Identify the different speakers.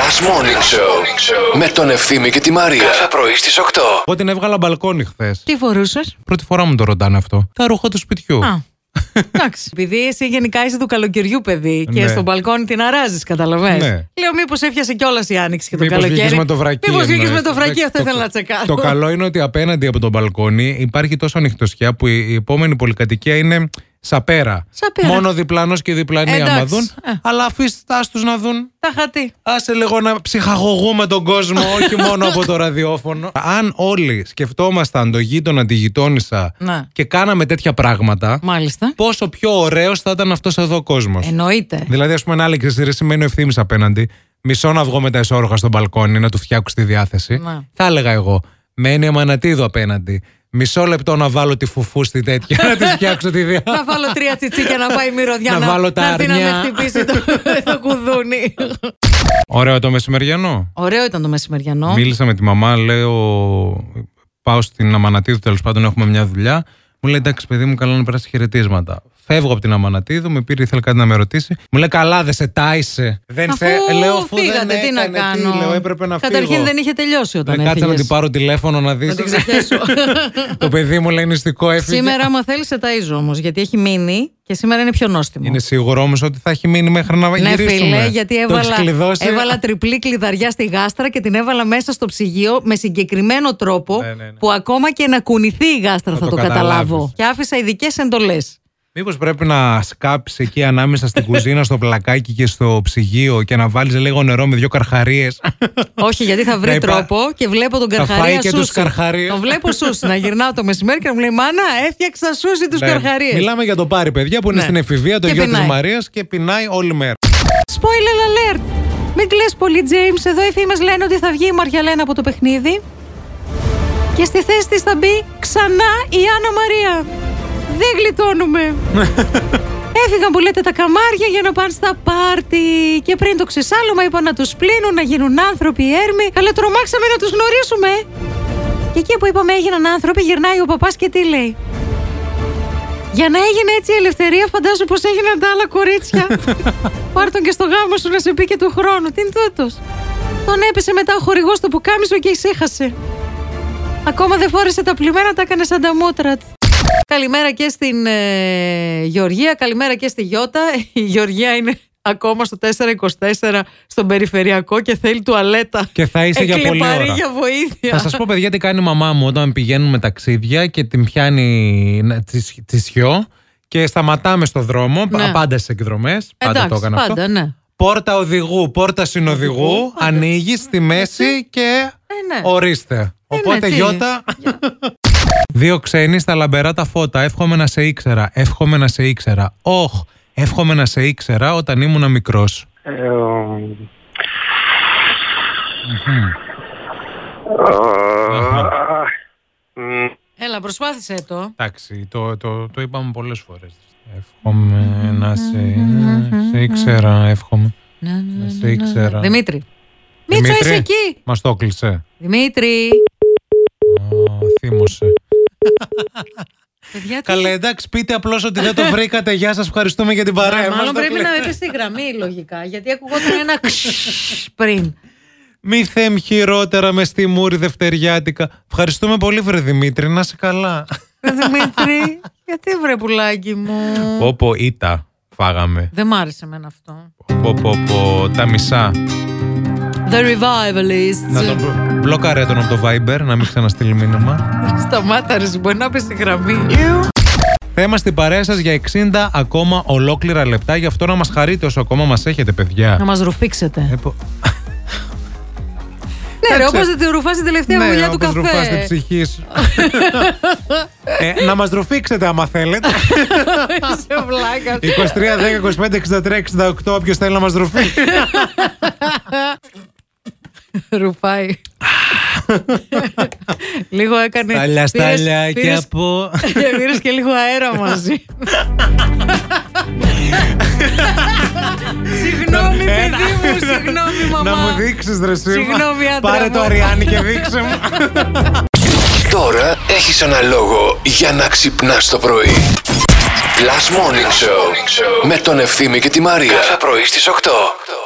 Speaker 1: Last Morning Show με τον Ευθύμη και τη Μαρία. Κάθε πρωί στις 8.
Speaker 2: Εγώ την έβγαλα μπαλκόνι χθες.
Speaker 3: Τι φορούσες.
Speaker 2: Πρώτη φορά μου το ρωτάνε αυτό. Τα ρούχα του σπιτιού.
Speaker 3: Α. Εντάξει. Επειδή εσύ γενικά είσαι του καλοκαιριού, παιδί, και
Speaker 2: Ναι.
Speaker 3: στον μπαλκόνι την αράζεις, καταλαβέ.
Speaker 2: Ναι.
Speaker 3: Λέω, μήπως έφιασε κιόλας η άνοιξη και το
Speaker 2: Μήπως βγήκες
Speaker 3: καλοκαίρι.
Speaker 2: με το βρακί.
Speaker 3: Μήπως βγήκες με
Speaker 2: εννοείς.
Speaker 3: το βρακί,
Speaker 2: Εντάξει,
Speaker 3: αυτό ήθελα να τσεκάρω.
Speaker 2: Το καλό είναι ότι απέναντι από τον μπαλκόνι υπάρχει τόσο ανοιχτοσιά που η η επόμενη πολυκατοικία είναι σαπέρα.
Speaker 3: Σαπέρα.
Speaker 2: Μόνο διπλανός και διπλανή
Speaker 3: Εντάξει.
Speaker 2: άμα δουν.
Speaker 3: Ε.
Speaker 2: Αλλά αφήστε τους να δουν.
Speaker 3: Τα χατή.
Speaker 2: Άσε λίγο να ψυχαγωγούμε τον κόσμο, όχι μόνο από το ραδιόφωνο. Αν όλοι σκεφτόμασταν το γείτονα, τη γειτόνισσα
Speaker 3: Να.
Speaker 2: και κάναμε τέτοια πράγματα,
Speaker 3: Μάλιστα.
Speaker 2: πόσο πιο ωραίος θα ήταν αυτός εδώ ο κόσμος.
Speaker 3: Ε, ναι. Εννοείται.
Speaker 2: Δηλαδή, ας πούμε, ένα άλλη ξέρει, σημαίνει ο ευθύνη απέναντι. Μισό να βγω με τα εσόρουχα στο μπαλκόνι, να του φτιάξω τη διάθεση.
Speaker 3: Να.
Speaker 2: Θα έλεγα εγώ. Μένει αμανατίδο απέναντι. Μισό λεπτό να βάλω τη φουφού στη τέτοια, να τη φτιάξω τη
Speaker 3: Να
Speaker 2: διάθεση.
Speaker 3: βάλω τρία τσιτσίκια να πάει η μυρωδιά
Speaker 2: Να βάλω τα
Speaker 3: να έρθει να με
Speaker 2: αρνιά.
Speaker 3: χτυπήσει το, το κουδούνι.
Speaker 2: Ωραίο το μεσημεριανό.
Speaker 3: Ωραίο ήταν το μεσημεριανό.
Speaker 2: Μίλησα με τη μαμά, λέω. Πάω στην Αμανατίδου, τέλος πάντων έχουμε μια δουλειά. Μου λέει εντάξει, παιδί μου, καλά να περάσει χαιρετίσματα. Φεύγω από την Αμανατίδου, με πήρε, ήθελε κάτι να με ρωτήσει. Μου λέει καλά, δεν σε τάισε. Δεν
Speaker 3: Αφού
Speaker 2: σε. Λέω, αφού
Speaker 3: φύγατε,
Speaker 2: δεν
Speaker 3: τι να
Speaker 2: έκανε,
Speaker 3: κάνω.
Speaker 2: λέω, έπρεπε να
Speaker 3: Καταρχήν
Speaker 2: φύγω.
Speaker 3: δεν είχε τελειώσει όταν
Speaker 2: Ναι, κάτσε να
Speaker 3: έφυγες.
Speaker 2: την πάρω τηλέφωνο να δει.
Speaker 3: Να την ξεχέσω.
Speaker 2: το παιδί μου λέει νηστικό έφυγε.
Speaker 3: Σήμερα, άμα θέλει, σε ταΐζω όμως, γιατί έχει μείνει και σήμερα είναι πιο νόστιμο.
Speaker 2: Είναι σίγουρο όμως ότι θα έχει μείνει μέχρι να
Speaker 3: ναι,
Speaker 2: γυρίσουμε.
Speaker 3: φίλε, γιατί
Speaker 2: Το έχεις
Speaker 3: έβαλα,
Speaker 2: κλειδώσει.
Speaker 3: έβαλα τριπλή κλειδαριά στη γάστρα και την έβαλα μέσα στο ψυγείο με συγκεκριμένο τρόπο
Speaker 2: Ναι, ναι, ναι.
Speaker 3: που ακόμα και να κουνηθεί η γάστρα θα,
Speaker 2: το
Speaker 3: το, καταλάβω.
Speaker 2: καταλάβεις.
Speaker 3: Και άφησα ειδικές εντολές.
Speaker 2: Μήπως πρέπει να σκάψεις εκεί ανάμεσα στην κουζίνα, στο πλακάκι και στο ψυγείο και να βάλεις λίγο νερό με δύο καρχαρίες.
Speaker 3: Όχι, γιατί θα βρει
Speaker 2: Να υπά-
Speaker 3: τρόπο και βλέπω τον
Speaker 2: Θα φάει
Speaker 3: καρχαρία
Speaker 2: και τους
Speaker 3: σούσι.
Speaker 2: καρχαρίες.
Speaker 3: Τον βλέπω σούσι. να γυρνάω το μεσημέρι και να μου λέει Μάνα, έφτιαξα σούσι του καρχαρίε.
Speaker 2: Ε, Ναι. Μιλάμε για το πάρει, παιδιά, που είναι
Speaker 3: Ναι.
Speaker 2: στην εφηβεία, το
Speaker 3: Και
Speaker 2: γιο της
Speaker 3: πεινάει.
Speaker 2: Μαρίας και πεινάει όλη μέρα.
Speaker 3: Spoiler alert! Μην κλαις πολύ, James. Εδώ οι φήμες λένε ότι θα βγει η Μαριαλένα από το παιχνίδι. Και στη θέση της θα μπει ξανά η Άννα Μαρία. Δεν γλιτώνουμε. Έφυγαν που λέτε τα καμάρια για να πάνε στα πάρτι. Και πριν το ξεσάλωμα είπαν να τους πλύνουν, να γίνουν άνθρωποι έρμοι. Καλά τρομάξαμε να τους γνωρίσουμε. ε. Και εκεί που είπαμε έγιναν άνθρωποι γυρνάει ο παπάς και τι λέει. Για να έγινε έτσι η ελευθερία, φαντάζομαι πως έγιναν τα άλλα κορίτσια. Πάρ τον και στο γάμο σου να σε πει και του χρόνου. Τι είναι τούτος. Τον έπεσε μετά ο χορηγός στο πουκάμισο και εισήχασε. Ακόμα δεν φόρεσε τα πλημμένα, τα έκανε σαν τα μούτρα του. Καλημέρα και στην ε, Γεωργία, καλημέρα και στη Γιώτα. Η Γεωργία είναι ακόμα στο 424 στον περιφερειακό και θέλει τουαλέτα.
Speaker 2: Και θα είσαι για πολλή
Speaker 3: Εκλιπαρεί
Speaker 2: ώρα.
Speaker 3: Ε, για βοήθεια.
Speaker 2: Θα σας πω, παιδιά, τι κάνει η μαμά μου όταν πηγαίνουμε ταξίδια και την πιάνει να- της- της χιό και σταματάμε στο δρόμο.
Speaker 3: Ναι.
Speaker 2: Πάντα στι εκδρομές. Πάντα
Speaker 3: Εντάξει,
Speaker 2: το έκανα αυτό.
Speaker 3: πάντα, ναι.
Speaker 2: Πόρτα οδηγού, πόρτα συνοδηγού,
Speaker 3: Οδηγού,
Speaker 2: ανοίγεις στη μέση και
Speaker 3: Ε, ναι.
Speaker 2: ορίστε.
Speaker 3: Ε, ναι,
Speaker 2: Οπότε
Speaker 3: τι.
Speaker 2: γιώτα. Δύο ξένοι στα λαμπερά τα φώτα. Εύχομαι να σε ήξερα. Εύχομαι να σε ήξερα. Όχ, εύχομαι να σε ήξερα όταν ήμουν μικρός.
Speaker 4: Ε, ο- Α, μ,
Speaker 3: Έλα, προσπάθησε το.
Speaker 2: Εντάξει, το, το, το είπαμε πολλές φορές. Εύχομαι να σε, σε ήξερα. Εύχομαι.
Speaker 3: Να, να,
Speaker 2: σε
Speaker 3: να, να.
Speaker 2: ήξερα.
Speaker 3: Δημήτρη. Μίτσο,
Speaker 2: Δημήτρη,
Speaker 3: είσαι εκεί.
Speaker 2: Μας το κλείσε.
Speaker 3: Δημήτρη.
Speaker 2: Α, Θύμωσε.
Speaker 3: Παιδιά, τι-
Speaker 2: Καλέ, εντάξει, πείτε απλώς ότι δεν το βρήκατε. Γεια σας, ευχαριστούμε για την παρέα. μας,
Speaker 3: Ναι, Μάλλον
Speaker 2: το
Speaker 3: πρέπει
Speaker 2: κλείνω.
Speaker 3: να έπεσε η γραμμή λογικά, γιατί ακουγόταν ένα ξσσσ πριν.
Speaker 2: Μη θέμ χειρότερα με στη μούρη δευτεριάτικα. Ευχαριστούμε πολύ, βρε Δημήτρη, να είσαι καλά.
Speaker 3: Δημήτρη, γιατί βρε πουλάκι μου.
Speaker 2: Πόπο ήτα φάγαμε.
Speaker 3: Δεν μ' άρεσε εμένα αυτό.
Speaker 2: Πω, πω, πω, τα μισά. Να
Speaker 3: The
Speaker 2: τον
Speaker 3: Revivalists.
Speaker 2: μπλο- μπλοκαρέ τον από το Viber, να μην ξαναστείλει μήνυμα.
Speaker 3: Σταμάτα ρε, μπορεί να πέσει η γραμμή.
Speaker 2: Θα είμαστε παρέα σας για 60 ακόμα ολόκληρα λεπτά, γι' αυτό να μας χαρείτε όσο ακόμα μας έχετε,
Speaker 3: Να
Speaker 2: παιδιά.
Speaker 3: μας ρουφήξετε.
Speaker 2: Ε, πω-
Speaker 3: Ναι ρε,
Speaker 2: εντάξει.
Speaker 3: όπως δεν τη ρουφάς την τελευταία
Speaker 2: ναι,
Speaker 3: γουλιά του
Speaker 2: όπως ρουφάστε
Speaker 3: καφέ.
Speaker 2: ψυχής. ε, να μας ρουφήξετε άμα θέλετε.
Speaker 3: Είσαι βλάκας.
Speaker 2: 23, 10, 25, 63, 68. Όποιος θέλει να μας ρουφεί.
Speaker 3: Ρουφάει. Λίγο έκανε.
Speaker 2: Σταλιά,
Speaker 3: πήρες-
Speaker 2: σταλιά και
Speaker 3: πήρες-
Speaker 2: από.
Speaker 3: Και πήρες και λίγο αέρα μαζί. Συγγνώμη, παιδί μου, συγγνώμη, μαμά.
Speaker 2: Να μου δείξεις, ρε Σίμα.
Speaker 3: Συγγνώμη, άντρα
Speaker 2: Πάρε
Speaker 3: μου.
Speaker 2: το Αριάννη και δείξε μου.
Speaker 1: Τώρα έχεις ένα λόγο για να ξυπνάς το πρωί. Last Morning Show με τον Ευθύμη και τη Μαρία. Κάθε πρωί στις 8.